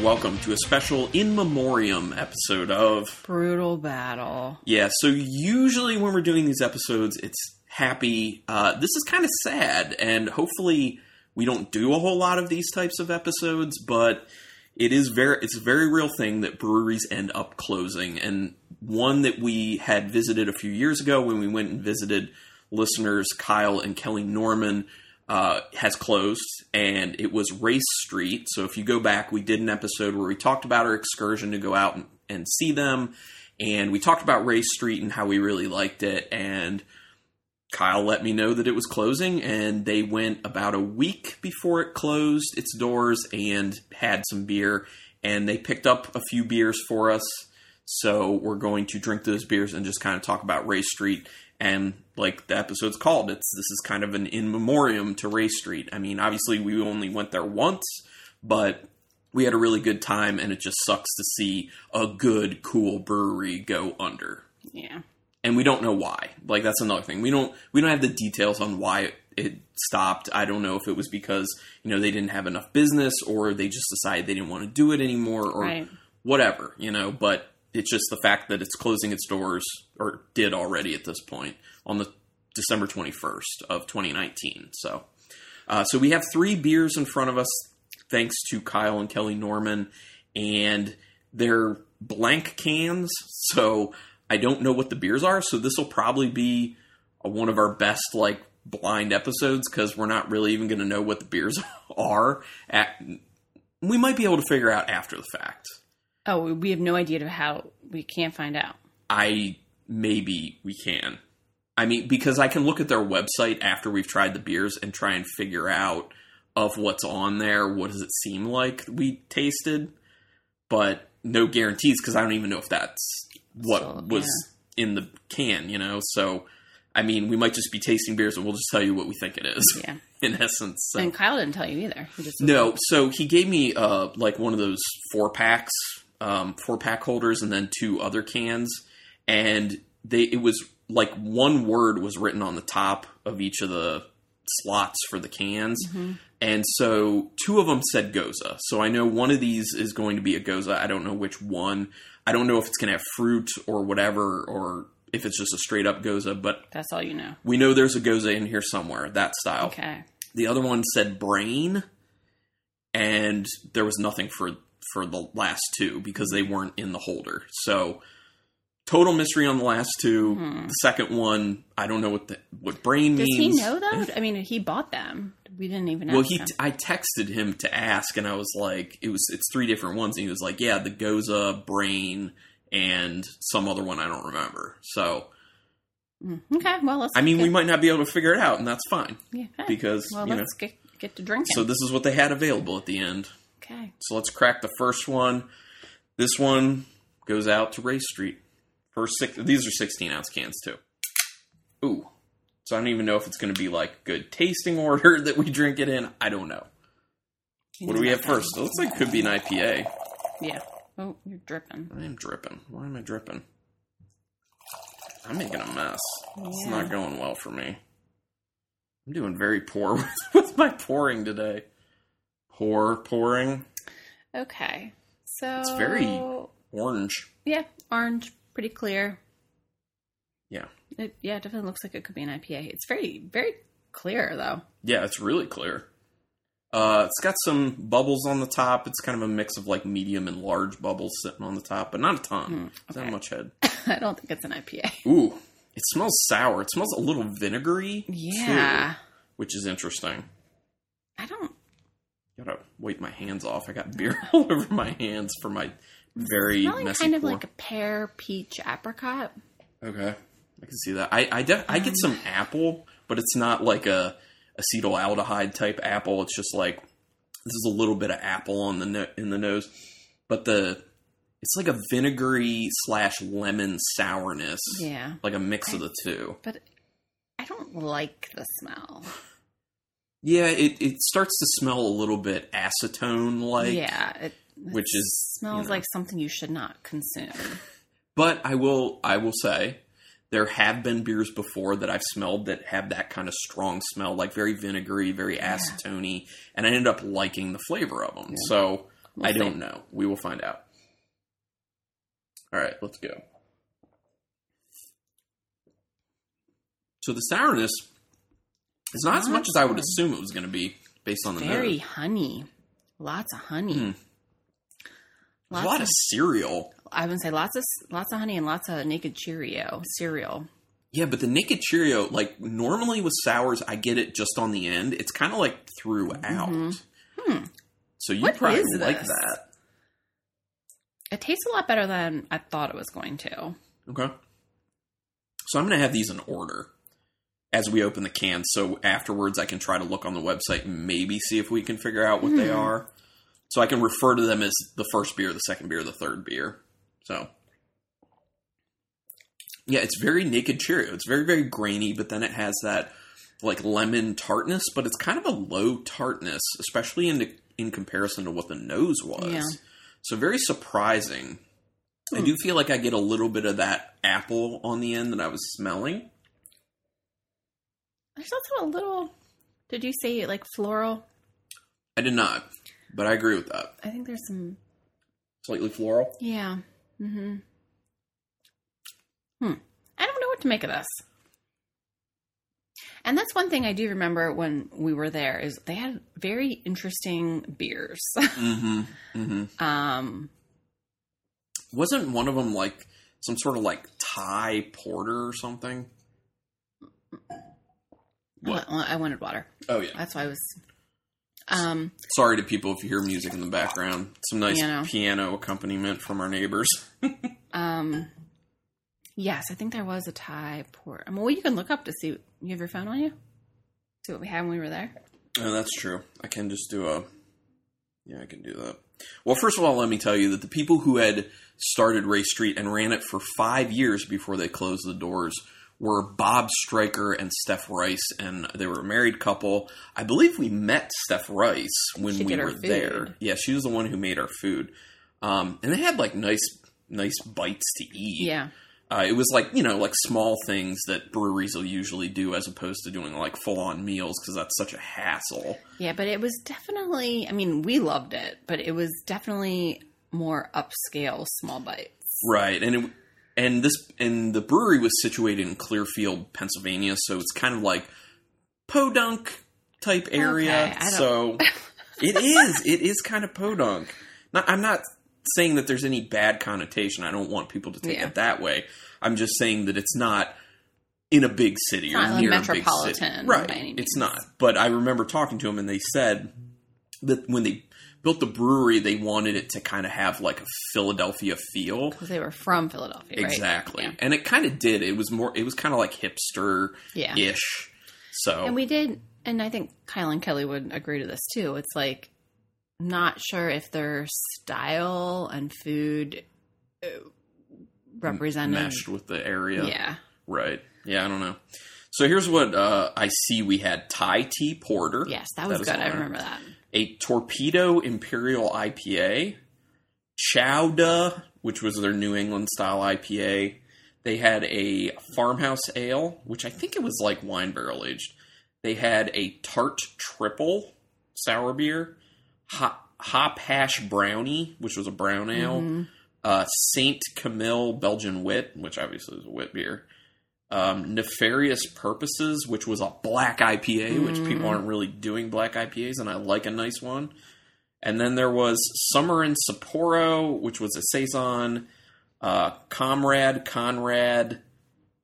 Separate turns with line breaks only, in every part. welcome to a special in memoriam episode of.
Brutal battle.
Yeah, so usually when we're doing these episodes, it's happy. Uh, this is kind of sad, and hopefully we don't do a whole lot of these types of episodes, but it is very it's a very real thing that breweries end up closing and one that we had visited a few years ago when we went and visited listeners kyle and kelly norman uh, has closed and it was race street so if you go back we did an episode where we talked about our excursion to go out and, and see them and we talked about race street and how we really liked it and Kyle let me know that it was closing, and they went about a week before it closed its doors and had some beer. And they picked up a few beers for us. So we're going to drink those beers and just kind of talk about Ray Street. And like the episode's called, it's this is kind of an in memoriam to Ray Street. I mean, obviously we only went there once, but we had a really good time, and it just sucks to see a good, cool brewery go under
Yeah.
and we don't know why. Like that's another thing. We don't we don't have the details on why it, it stopped. I don't know if it was because you know they didn't have enough business, or they just decided they didn't want to do it anymore, or
Right.
whatever. You know, but it's just the fact that it's closing its doors or did already at this point on the December twenty first of twenty nineteen. So. Uh, so we have three beers in front of us, thanks to Kyle and Kelly Norman, and they're blank cans. So I don't know what the beers are. So this will probably be a, one of our best like blind episodes because we're not really even going to know what the beers are. At, we might be able to figure out after the fact.
Oh, we- we have no idea to how we can't find out.
I maybe we can. I mean, because I can look at their website after we've tried the beers and try and figure out of what's on there. What does it seem like we tasted? But no guarantees because I don't even know if that's what
Still,
was in the can. You know, so I mean, we might just be tasting beers and we'll just tell you what we think it is.
Yeah.
in essence, so.
And Kyle didn't tell you either. He just
No, so he gave me uh, like one of those four packs, um, four pack holders, and then two other cans, and they it was like one word was written on the top of each of the slots for the cans,
Mm-hmm.
and so two of them said Goza. So I know one of these is going to be a Goza. I don't know which one. I don't know if it's going to have fruit or whatever, or if it's just a straight up Goza. But
That's all you know.
we know there's a Goza in here somewhere. That style.
Okay.
The other one said brain, and there was nothing for for the last two because they weren't in the holder. So total mystery on the last two. The second one, I don't know what the, what brain
Hmm. Does he
means.
know though? I mean, he bought them. We didn't even.
Well,
ask
he
him.
I texted him to ask, and I was like, it was it's three different ones, and he was like, yeah, the Goza brain and some other one I don't remember. So
Mm, okay. Well, let's.
I mean,
get,
we might not be able to figure it out, and that's fine
Yeah. hey,
because
well,
you know.
let's get get to drinking.
So this is what they had available at the end.
okay.
So let's crack the first one. This one goes out to Ray Street. First six. These are sixteen ounce cans too. Ooh. So I don't even know if it's going to be like good tasting order that we drink it in. I don't know. What do we have first? It looks like it could be an IPA.
Yeah. Oh, you're dripping.
I am dripping. Why am I dripping? I'm making a mess. It's
Yeah.
not going well for me. I'm doing very poor with, with my pouring today. Poor pouring.
Okay. So
It's very- Orange.
yeah, orange, pretty clear.
Yeah.
It, yeah, it definitely looks like it could be an IPA. It's very very clear though.
Yeah, it's really clear. Uh, it's got some bubbles on the top. It's kind of a mix of like medium and large bubbles sitting on the top, but not a ton. It's not
Hmm, okay.
much head.
I don't think it's an IPA.
Ooh, it smells sour. It smells a little vinegary. too,
Yeah.
which is interesting.
I don't.
Gotta wipe my hands off. I got beer all over my hands for my very
Smelling
messy
kind of
pour.
like a pear, peach, apricot.
okay, I can see that. I I, def- I get some apple, but it's not like a acetaldehyde type apple. It's just like this is a little bit of apple on the no- in the nose, but the it's like a vinegary slash lemon sourness.
Yeah.
like a mix of the two.
But I don't like the smell.
Yeah, it it starts to smell a little bit acetone like.
yeah. It, it
which is,
smells
you know.
like something you should not consume.
But I will I will say there have been beers before that I've smelled that have that kind of strong smell, like very vinegary, very acetone acetony, and I ended up liking the flavor of them. So
We'll
I
see.
don't know. We will find out. All right, let's go. So the sourness is not as
Not
much as I would
sour.
assume it was going to be based on the
Very
nose.
honey. Lots of honey.
Hmm. There's
Lots
a lot of cereal.
I would say lots of lots of honey and lots of naked Cheerio cereal.
Yeah, but the naked Cheerio, like normally with sours, I get it just on the end. It's kind of like throughout.
Mhm. Hmm.
So you
What
probably
is
like
this?
that.
It tastes a lot better than I thought it was going to.
Okay. So I'm going to have these in order as we open the cans. So afterwards, I can try to look on the website and maybe see if we can figure out what they
Hmm.
are. So I can refer to them as the first beer, the second beer, the third beer. So. Yeah, it's very naked Cheerio. It's very, very grainy, but then it has that like lemon tartness, but it's kind of a low tartness, especially in in comparison to what the nose was.
Yeah.
So very surprising. I
Hmm.
do feel like I get a little bit of that apple on the end that I was smelling.
There's also a little. Did you say like floral?
I did not, but I agree with that.
I think there's some.
Slightly floral.
Yeah. Mm-hmm. Hmm. I don't know what to make of this. And that's one thing I do remember when we were there is they had very interesting beers.
Mm-hmm. Mm-hmm.
um,
Wasn't one of them like some sort of like Thai porter or something? What?
I, I wanted water.
Oh yeah.
That's why I was. Um,
Sorry to people if you hear music in the background. Some nice
You know.
piano accompaniment from our neighbors.
um, yes, I think there was a Thai port. I mean, well, you can look up to see. You have your phone on you. See what we had when we were there.
Oh, that's true. I can just do a. Yeah, I can do that. Well, first of all, let me tell you that the people who had started Ray Street and ran it for five years before they closed the doors were Bob Stryker and Steph Rice, and they were a married couple. I believe we met Steph Rice when
She
we
did our
were
food.
there. Yeah, she was the one who made our food, um, and they had like nice, nice bites to eat.
Yeah.
Uh, it was like you know like small things that breweries will usually do as opposed to doing like full on meals because that's such a hassle.
Yeah, but it was definitely, I mean, we loved it, but it was definitely more upscale small bites.
Right, and it, and this and the brewery was situated in Clearfield, Pennsylvania, so it's kind of like podunk type area.
Okay, I don't-
so it is it is kind of podunk. Not, I'm not saying that there's any bad connotation. I don't want people to take
Yeah.
it that way. I'm just saying that it's not in a big city
not
or
like
near a big city.
metropolitan
Right,
by any
it's
means.
not. But I remember talking to them, and they said that when they built the brewery, they wanted it to kind of have like a Philadelphia feel.
Because they were from Philadelphia, right?
Exactly.
Yeah.
And it kind of did. It was more, it was kind of like hipster
Yeah.
ish. So,
And we did, and I think Kyle and Kelly would agree to this too. It's like, not sure if their style and food uh, represented.
meshed with the area.
Yeah.
Right. Yeah, I don't know. So here's what uh, I see we had Thai tea porter,
Yes, that was
That is
good. I
fine.
remember that.
a torpedo imperial IPA, chowda, which was their New England style IPA. They had a farmhouse ale, which I think it was like wine barrel aged. They had a tart triple sour beer, hop, hop hash brownie, which was a brown ale,
Mhm.
uh, Saint Camille Belgian Wit, which obviously is a wit beer, um, Nefarious Purposes, which was a black IPA, which people aren't really doing black IPAs, and I like a nice one. And then there was Summer in Sapporo, which was a saison, uh, Comrade Conrad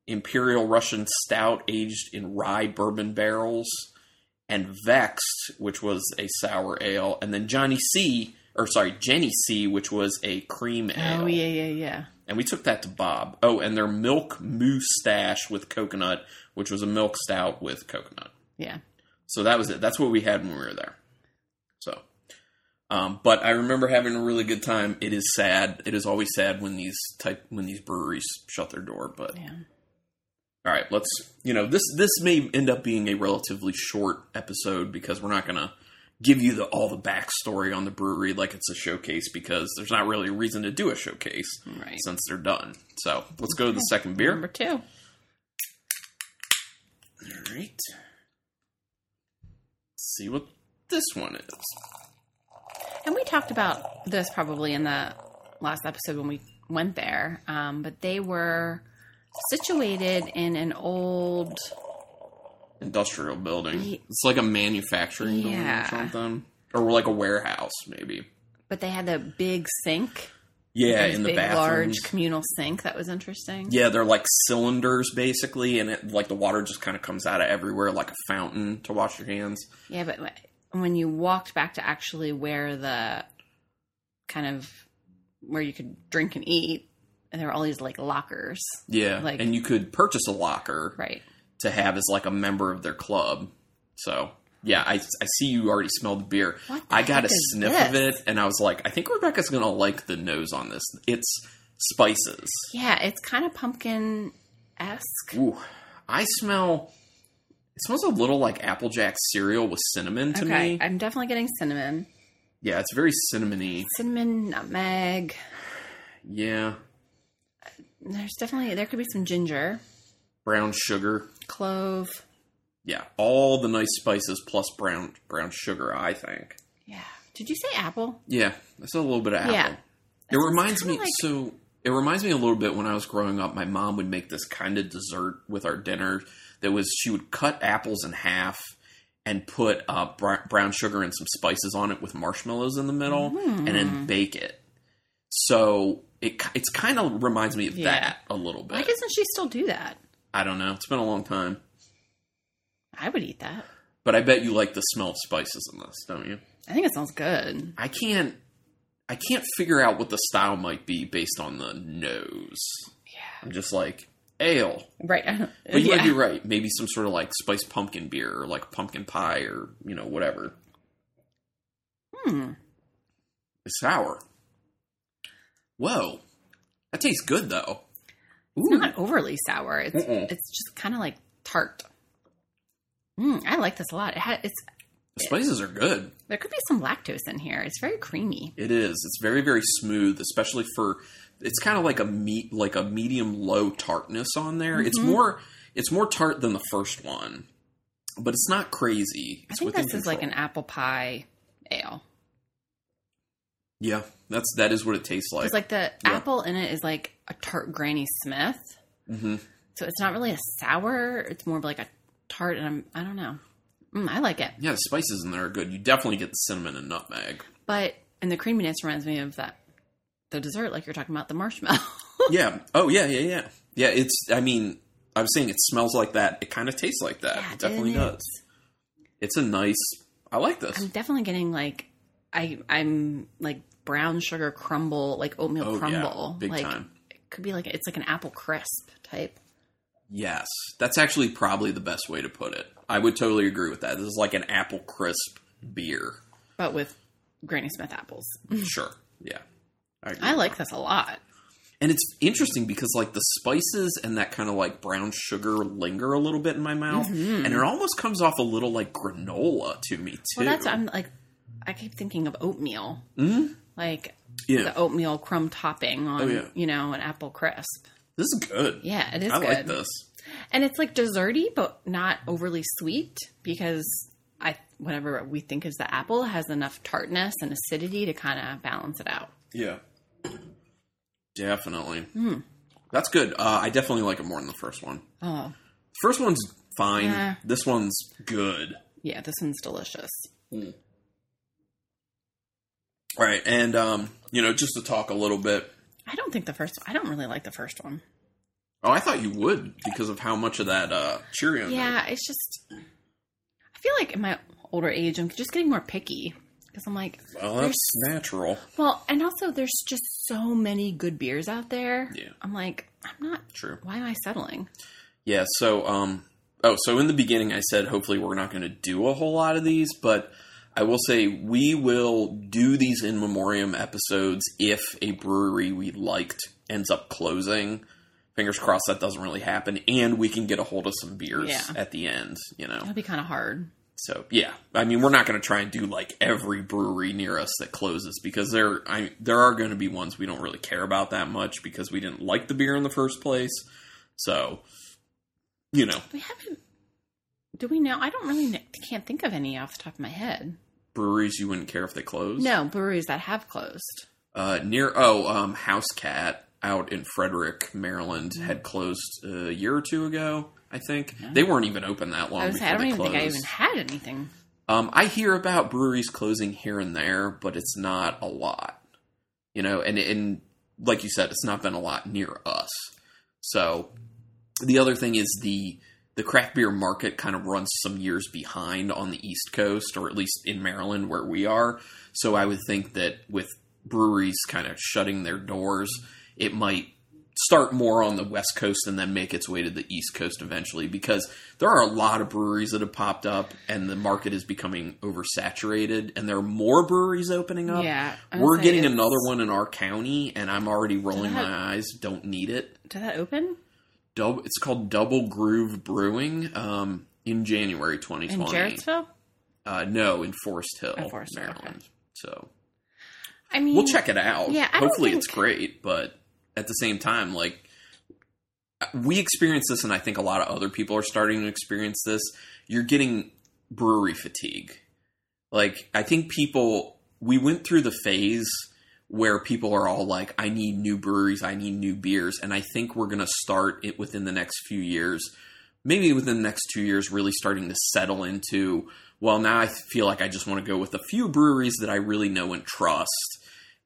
Imperial Russian Stout aged in rye bourbon barrels, and Vexed, which was a sour ale, and then Johnny C. Or sorry, Jenny C, which was a cream ale
Oh, yeah, yeah, yeah.
and we took that to Bob. Oh, and their milk moustache with coconut, which was a milk stout with coconut.
Yeah.
So that was it. That's what we had when we were there. So, um, but I remember having a really good time. It is sad. It is always sad when these type when these breweries shut their door. But
Yeah.
all right, let's you know this this may end up being a relatively short episode because we're not gonna give you the all the backstory on the brewery like it's a showcase because there's not really a reason to do a showcase
Right.
since they're done. So let's go to the second beer.
Number two.
All right. Let's see what this one is.
And we talked about this probably in the last episode when we went there, um, but they were situated in an old.
Industrial building.
Ye-
It's like a manufacturing building or
Yeah.
something, or like a warehouse maybe.
But they had the big sink,
Yeah,
this
Uh, in the
big,
bathrooms.
large communal sink. That was interesting.
Yeah, they're like cylinders basically, and it, like the water just kind of comes out of everywhere, like a fountain to wash your hands.
Yeah, but wh- when you walked back to actually where the kind of where you could drink and eat, and there were all these like lockers,
Yeah,
Like-
and you could purchase a locker
right?
to have as like a member of their club. So yeah, I, I see you already smelled the beer.
What the
I got a
heck is
sniff of it, and I was like, I think Rebecca's gonna like the nose on this. It's spices.
Yeah, it's kind of pumpkin esque.
Ooh, I smell. It smells a little like Applejack cereal with cinnamon to
Okay,
me.
I'm definitely getting cinnamon,
Yeah, it's very cinnamony.
cinnamon, nutmeg.
Yeah,
There's definitely there could be some ginger,
brown sugar.
clove.
Yeah, all the nice spices plus brown brown sugar. I think.
Yeah. Did you say apple?
Yeah, that's a little bit of apple.
Yeah.
It reminds me
kinda like-
so it reminds me a little bit when I was growing up, my mom would make this kind of dessert with our dinner that was she would cut apples in half and put uh, br- brown sugar and some spices on it with marshmallows in the middle and
Mm.
then bake it. So it ki- it's kind of reminds me of
Yeah.
that a little
Why
bit.
doesn't she still do that?
I don't know. It's been a long time.
I would eat that.
But I bet you like the smell of spices in this, don't you?
I think it sounds good.
I can't I can't figure out what the style might be based on the nose.
Yeah.
I'm just like ale.
Right.
But you
yeah.
might be right. Maybe some sort of like spiced pumpkin beer or like pumpkin pie or you know whatever.
Hmm.
It's sour. Whoa, that tastes good though. Ooh,
It's not overly sour. It's
Mm-mm.
it's just kind of like tart. Mm, I like this a lot. It ha- it's
the spices are good.
there could be some lactose in here. It's very creamy.
It is. It's very very smooth, especially for. It's kind of like a meat, like a medium low tartness on there. It's
Mm-hmm.
more. It's more tart than the first one, but it's not crazy.
I
It's
think
within
this is like an
control.
apple pie ale.
yeah. That's that is what it tastes like.
It's like the
Yeah.
apple in it is like a tart Granny Smith.
hmm
So it's not really a sour. It's more of like a tart, and I'm, I don't know. Mm, I like it,
Yeah, the spices in there are good. You definitely get the cinnamon and nutmeg.
but and the creaminess reminds me of that the dessert, like you're talking about the marshmallow.
yeah. Oh yeah, yeah, yeah. Yeah, it's I mean, I'm saying it smells like that. It kind of tastes like that.
Yeah,
it definitely
doesn't it?
does. It's a nice I like this.
I'm definitely getting like I I'm like brown sugar crumble, like oatmeal
Oh, yeah.
crumble,
Big
like
time.
it could be like it's like an apple crisp type.
yes. That's actually probably the best way to put it. I would totally agree with that. This is like an apple crisp beer.
but with Granny Smith apples.
sure. Yeah. I, agree.
Mm. I like this a lot.
and it's interesting because like the spices and that kind of like brown sugar linger a little bit in my mouth, and it almost comes off a little like granola to me too.
Mm-hmm. Well, that's I'm like, I keep thinking of oatmeal,
Mhm.
like
yeah.
the oatmeal crumb topping on,
Oh, yeah.
you know, an apple crisp.
This is good.
Yeah, it is
I
good,
like this.
and it's like desserty, but not overly sweet because I whatever we think is the apple has enough tartness and acidity to kind of balance it out.
Yeah. Definitely.
Hmm.
That's good. Uh, I definitely like it more than the first one.
Oh,
First one's fine.
Yeah.
This one's good.
yeah, this one's delicious.
All right, and um, you know, just to talk a little bit.
I don't think the first. I don't really like the first one.
Oh, I thought you would because of how much of that uh, Cheerio. in there.
Yeah, it's just I feel like in my older age, I'm just getting more picky because I'm like,
Well, Oh, that's natural.
well, and also there's just so many good beers out there.
Yeah.
I'm like, I'm not.
True.
Why am I settling?
Yeah, so um oh, so in the beginning I said hopefully we're not going to do a whole lot of these, but I will say we will do these in memoriam episodes if a brewery we liked ends up closing. Fingers crossed that doesn't really happen and we can get a hold of some beers
Yeah.
at the end, you know.
It'll be kind of hard.
So, yeah. I mean, we're not going to try and do like every brewery near us that closes because there I there are going to be ones we don't really care about that much because we didn't like the beer in the first place. So, you know,
We haven't. Do we know? I don't really kn- can't think of any off the top of my head.
breweries you wouldn't care if they closed?
No, breweries that have closed.
Uh, near oh, um, House Cat out in Frederick, Maryland,
Mm.
had closed a year or two ago. I think they weren't even open that long.
I was
before
I don't
they
even
closed.
think I even had anything.
Um, I hear about breweries closing here and there, but it's not a lot, you know. And and like you said, it's not been a lot near us. So the other thing is the the craft beer market kind of runs some years behind on the East Coast, or at least in Maryland where we are. So I would think that with breweries kind of shutting their doors, it might start more on the West Coast and then make its way to the East Coast eventually because there are a lot of breweries that have popped up and the market is becoming oversaturated and there are more breweries opening up.
Yeah, I would
We're
say
getting
it's-
another one in our county and I'm already rolling
that-
my eyes. Don't need it.
Did that open
Double, it's called Double Groove Brewing um, in January
in
2020.
Jarrettsville?
Uh, no, in Forest Hill,
Oh, Forest Hill,
Maryland.
okay.
So
I mean,
we'll check it out.
Yeah, I don't
hopefully it's
think-
great, but at the same time, like we experience this, and I think a lot of other people are starting to experience this. You're getting brewery fatigue. Like I think people we went through the phase where people are all like, "I need new breweries, I need new beers," and I think we're gonna start it within the next few years. Maybe within the next two years, really starting to settle into. Well, now I feel like I just want to go with a few breweries that I really know and trust,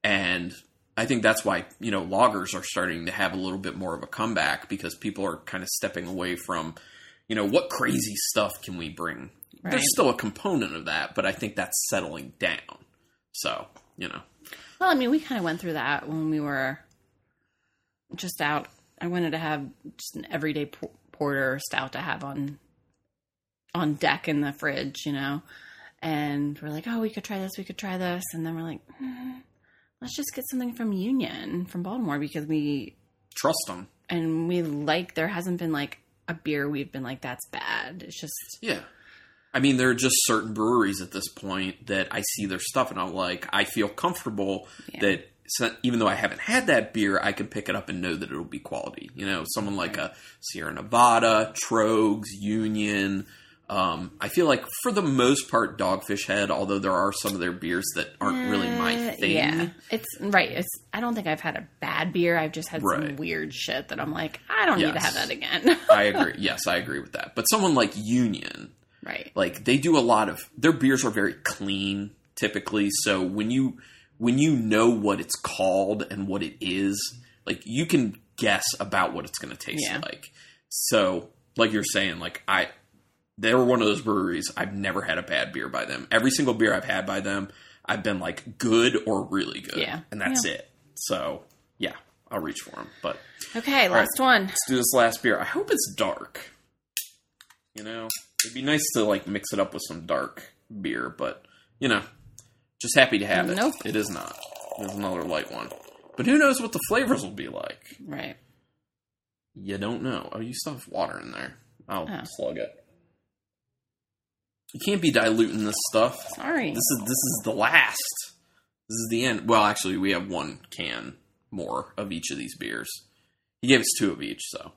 and I think that's why you know loggers are starting to have a little bit more of a comeback because people are kind of stepping away from you know what crazy stuff can we bring.
Right.
There's still a component of that, but I think that's settling down. So you know,
Well, I mean, we kind of went through that when we were just out. I wanted to have just an everyday por- porter stout to have on on deck in the fridge, you know. And we're like, oh, we could try this, we could try this, and then we're like, "Hmm, let's just get something from Union from Baltimore because we
trust them.
and we like there hasn't been like a beer we've been like that's bad. It's just
Yeah. I mean, there are just certain breweries at this point that I see their stuff and I'm like, I feel comfortable
Yeah.
that so- even though I haven't had that beer, I can pick it up and know that it'll be quality. You know, someone like a Sierra Nevada, Trogs, Union. Um, I feel like for the most part, Dogfish Head, although there are some of their beers that aren't really my
Uh,
thing.
Yeah, it's right. It's I don't think I've had a bad beer. I've just had some
Right.
weird shit that I'm like, I don't need to
Yes.
have that again.
I agree. Yes, I agree with that. But someone like Union,
right.
like they do a lot of their beers are very clean typically so when you when you know what it's called and what it is like you can guess about what it's going to taste
Yeah.
like so like you're saying like i they were one of those breweries i've never had a bad beer by them every single beer i've had by them i've been like good or really good
Yeah.
and that's it so yeah i'll reach for them but
Okay, last one.
let's do this last beer. I hope it's dark. You know, it'd be nice to like mix it up with some dark beer, but you know, just happy to have it.
Nope.
It is not. There's another light one. But who knows what the flavors will be like?
Right.
You don't know. Oh, you still have water in there. I'll
Oh.
slug it. You can't be diluting this stuff.
Sorry.
This is this is the last. This is the end. Well, actually, we have one can more of each of these beers. He gave us two of each, so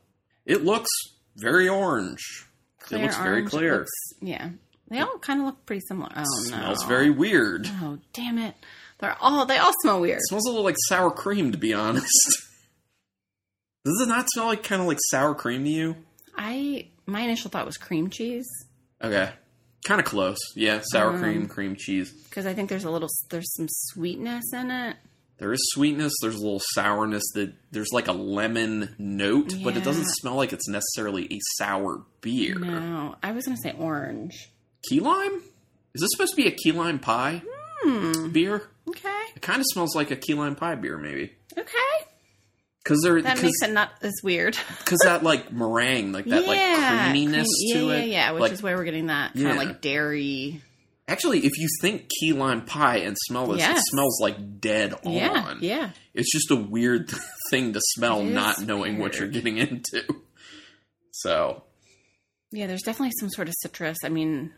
it looks very orange.
Clear
it looks very
orange. It
clear.
looks- yeah. They all kind of look pretty similar. Oh no.
Smells very weird.
Oh damn it. They're all they all smell weird.
smells a little like sour cream, to be honest. Does it not smell like kind of like sour cream to you?
I my initial thought was cream cheese
Okay, kind of close. Yeah, sour
Um.
cream, cream cheese.
because I think there's a little there's some sweetness in it.
There is sweetness. There's a little sourness. That there's like a lemon note, but it doesn't
Yeah.
smell like it's necessarily a sour beer.
No, I was gonna say orange.
Key lime? Is this supposed to be a key lime pie
Hmm.
beer?
Okay.
It kind of smells like a key lime pie beer, maybe.
Okay.
Because there,
That makes
because
it not as weird.
that like meringue, like that like creaminess
cream-
to
yeah,
it.
Yeah, yeah, which
Like,
is where we're getting that kind
Yeah.
of like dairy.
actually, if you think key lime pie and smell this,
Yes.
it smells like dead
Yeah,
on.
yeah.
It's just a weird thing to smell,
It is
not knowing what you're
weird.
getting into. So
Yeah, there's definitely some sort of citrus. I mean,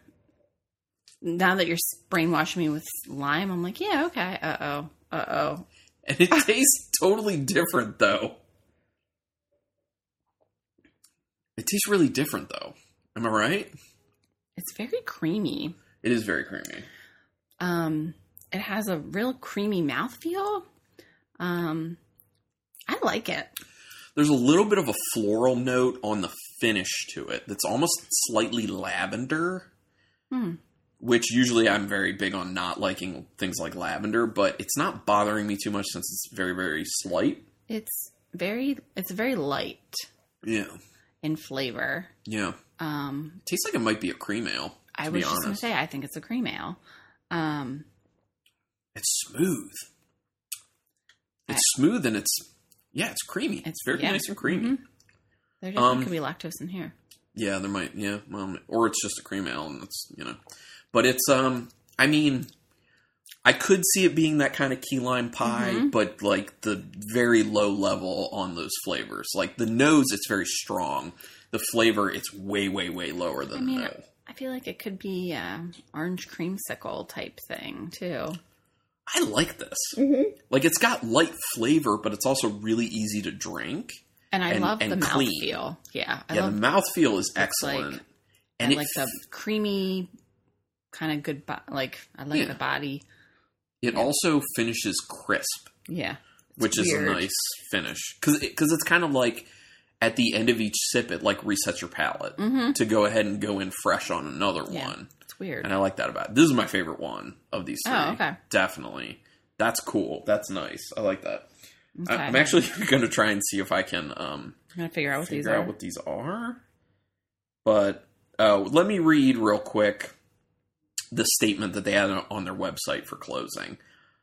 now that you're s- brainwashing me with lime, I'm like, yeah, okay. Uh oh. Uh oh.
And it tastes totally different, though. It tastes really different, though. Am I right?
It's very creamy.
It is very creamy.
Um, it has a real creamy mouthfeel. Um, I like it.
There's a little bit of a floral note on the finish to it that's almost slightly lavender,
Hmm.
which usually I'm very big on not liking things like lavender, but it's not bothering me too much since it's very, very slight.
It's very it's very light
Yeah.
in flavor.
Yeah.
Um,
Tastes like it might be a cream ale.
I
To be
was just gonna
honest.
say I think it's a cream ale. Um,
It's smooth.
I-
It's smooth and it's yeah, it's creamy. It's
It's-
very
yeah.
nice and creamy.
Mhm. there definitely
Um,
could be lactose in here.
Yeah, there might. Yeah, well, or it's just a cream ale, and that's you know. But it's um, I mean, I could see it being that kind of key lime pie,
Mhm.
but like the very low level on those flavors. Like the nose, it's very strong. The flavor, it's way, way, way lower than
I mean,
the nose.
I feel like it could be uh, orange creamsicle type thing too.
I like this.
Mm-hmm.
Like it's got light flavor, but it's also really easy to drink.
And I
And-
love
and
the
clean.
mouthfeel. Yeah, I
yeah,
love.
the mouthfeel is
like-
excellent.
I
and it
like the creamy, kind of good. Bo- like I like
Yeah.
the body.
It also finishes crisp,
Yeah,
which is
weird.
a nice finish because it's kind of like at the end of each sip, it like resets your palate
Mhm.
to go ahead and go in fresh on another
Yeah.
one.
it's weird.
And I like that about it. this is my favorite one of these three.
Oh, okay.
definitely. That's cool. That's nice. I like that. I,
Okay. I,
I'm
am
actually going to try and see if I can um,
gonna figure out what these
figure out
are.
what these are. But uh, let me read real quick the statement that they had on their website for closing.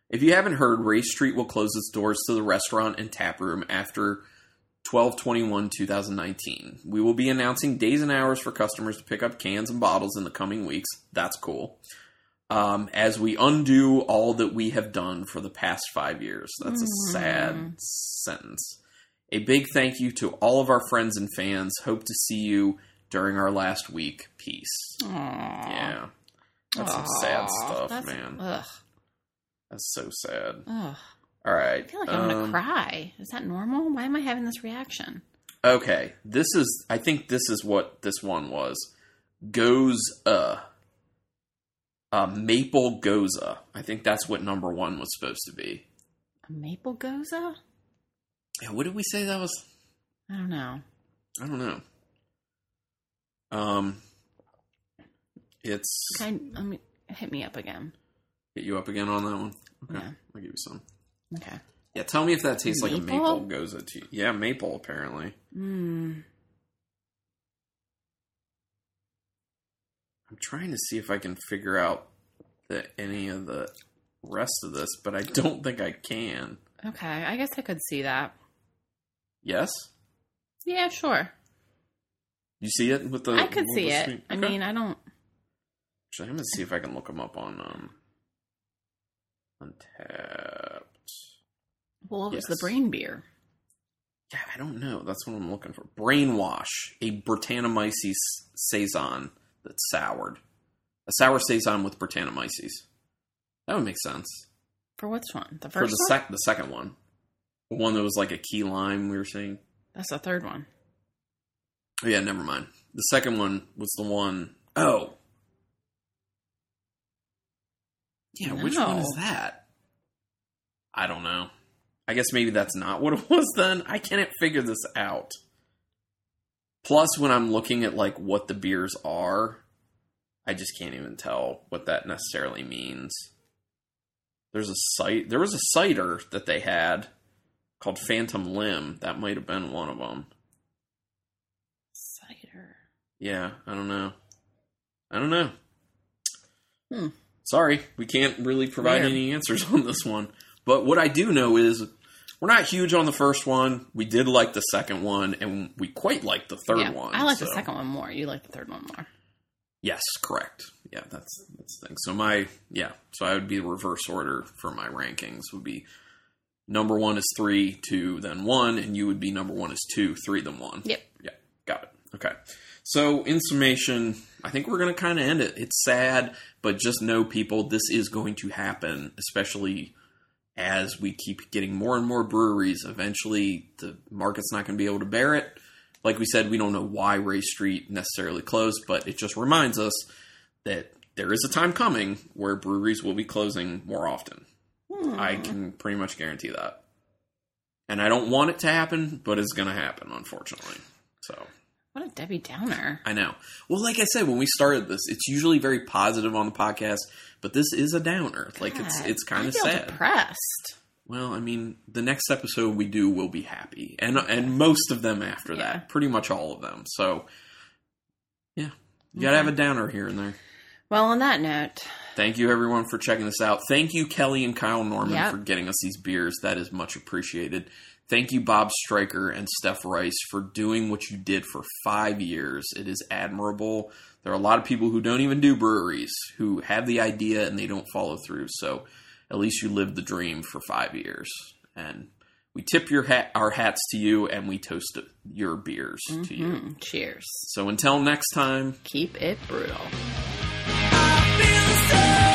If you haven't heard, Ray Street will close its doors to the restaurant and tap room after 12 2019. We will be announcing days and hours for customers to pick up cans and bottles in the coming weeks. That's cool. Um, as we undo all that we have done for the past five years. That's a sad
Mm.
sentence. A big thank you to all of our friends and fans. Hope to see you during our last week. Peace.
Aw.
Yeah. That's some
Aw,
sad stuff,
that's-
man.
Ugh,
That's so sad.
ugh.
All right.
I feel like I'm gonna
um,
cry. Is that normal? Why am I having this reaction?
Okay, this is. I think this is what this one was. Goes uh, uh maple goza. I think that's what number one was supposed to be.
A maple goza?
Yeah, what did we say that was?
I don't know.
I don't know. Um, it's
Okay, I mean, hit me up again.
hit you up again on that one. Okay,
Yeah.
I'll give you some.
Okay.
Yeah, tell me if that tastes like a
Maple?
maple goza to you. Yeah, maple apparently.
Mm.
I'm trying to see if I can figure out the, any of the rest of this, but I don't think I can.
Okay. I guess I could see that.
Yes,
Yeah, sure.
you see it with the.
I could
with
see
the
it.
screen?
I
Okay.
mean, I don't.
Actually, I'm gonna see if I can look them up on um, Untapped.
Well, it was
Yes.
the brain beer.
Yeah, I don't know. That's what I'm looking for. Brainwash, a Britannomyces saison that's soured, a sour saison with Britannomyces. That would make sense.
For which one? The first
for the
one?
sec the second one, the one that was like a key lime we were seeing.
That's the third one.
Oh yeah, never mind. The second one was the one oh yeah, which one is
No.
that? I don't know. I guess maybe that's not what it was then. I can't figure this out. Plus, when I'm looking at like what the beers are, I just can't even tell what that necessarily means. There's a site. There was a cider that they had called Phantom Limb. That might have been one of them.
Cider.
Yeah, I don't know. I don't know.
Hmm.
Sorry, we can't really provide
Weird.
any answers on this one. But what I do know is we're not huge on the first one. We did like the second one, and we quite like the third
Yeah,
one.
I like
so-
the second one more. You like the third one more.
Yes, correct. Yeah, that's that's the thing. So my yeah, so I would be reverse order for my rankings would be number one is three, two, then one, and you would be number one is two, three, then one.
Yep.
Yeah, got it. Okay. So, in summation, I think we're going to kind of end it. It's sad, but just know, people, this is going to happen, especially as we keep getting more and more breweries. Eventually, the market's not going to be able to bear it. Like we said, we don't know why Ray Street necessarily closed, but it just reminds us that there is a time coming where breweries will be closing more often.
Hmm.
I can pretty much guarantee that. And I don't want it to happen, but it's going to happen, unfortunately. So
What a Debbie Downer.
I know. Well, like I said, when we started this, it's usually very positive on the podcast, but this is a downer. Like it's
God,
it's kind
I
of
feel
sad.
Depressed.
Well, I mean, the next episode we do will be happy, and and most of them after
Yeah.
that, pretty much all of them. So, yeah, you gotta have a downer here and there.
Well, on that note,
Thank you everyone for checking us out. Thank you Kelly and Kyle Norman
Yep.
for getting us these beers. That is much appreciated. Thank you Bob Stryker and Steph Rice for doing what you did for five years. It is admirable. There are a lot of people who don't even do breweries who have the idea and they don't follow through. So at least you lived the dream for five years. And we tip your hat, our hats to you, and we toast your beers to you.
mm, cheers.
So until next time.
Keep it brutal.
I've been so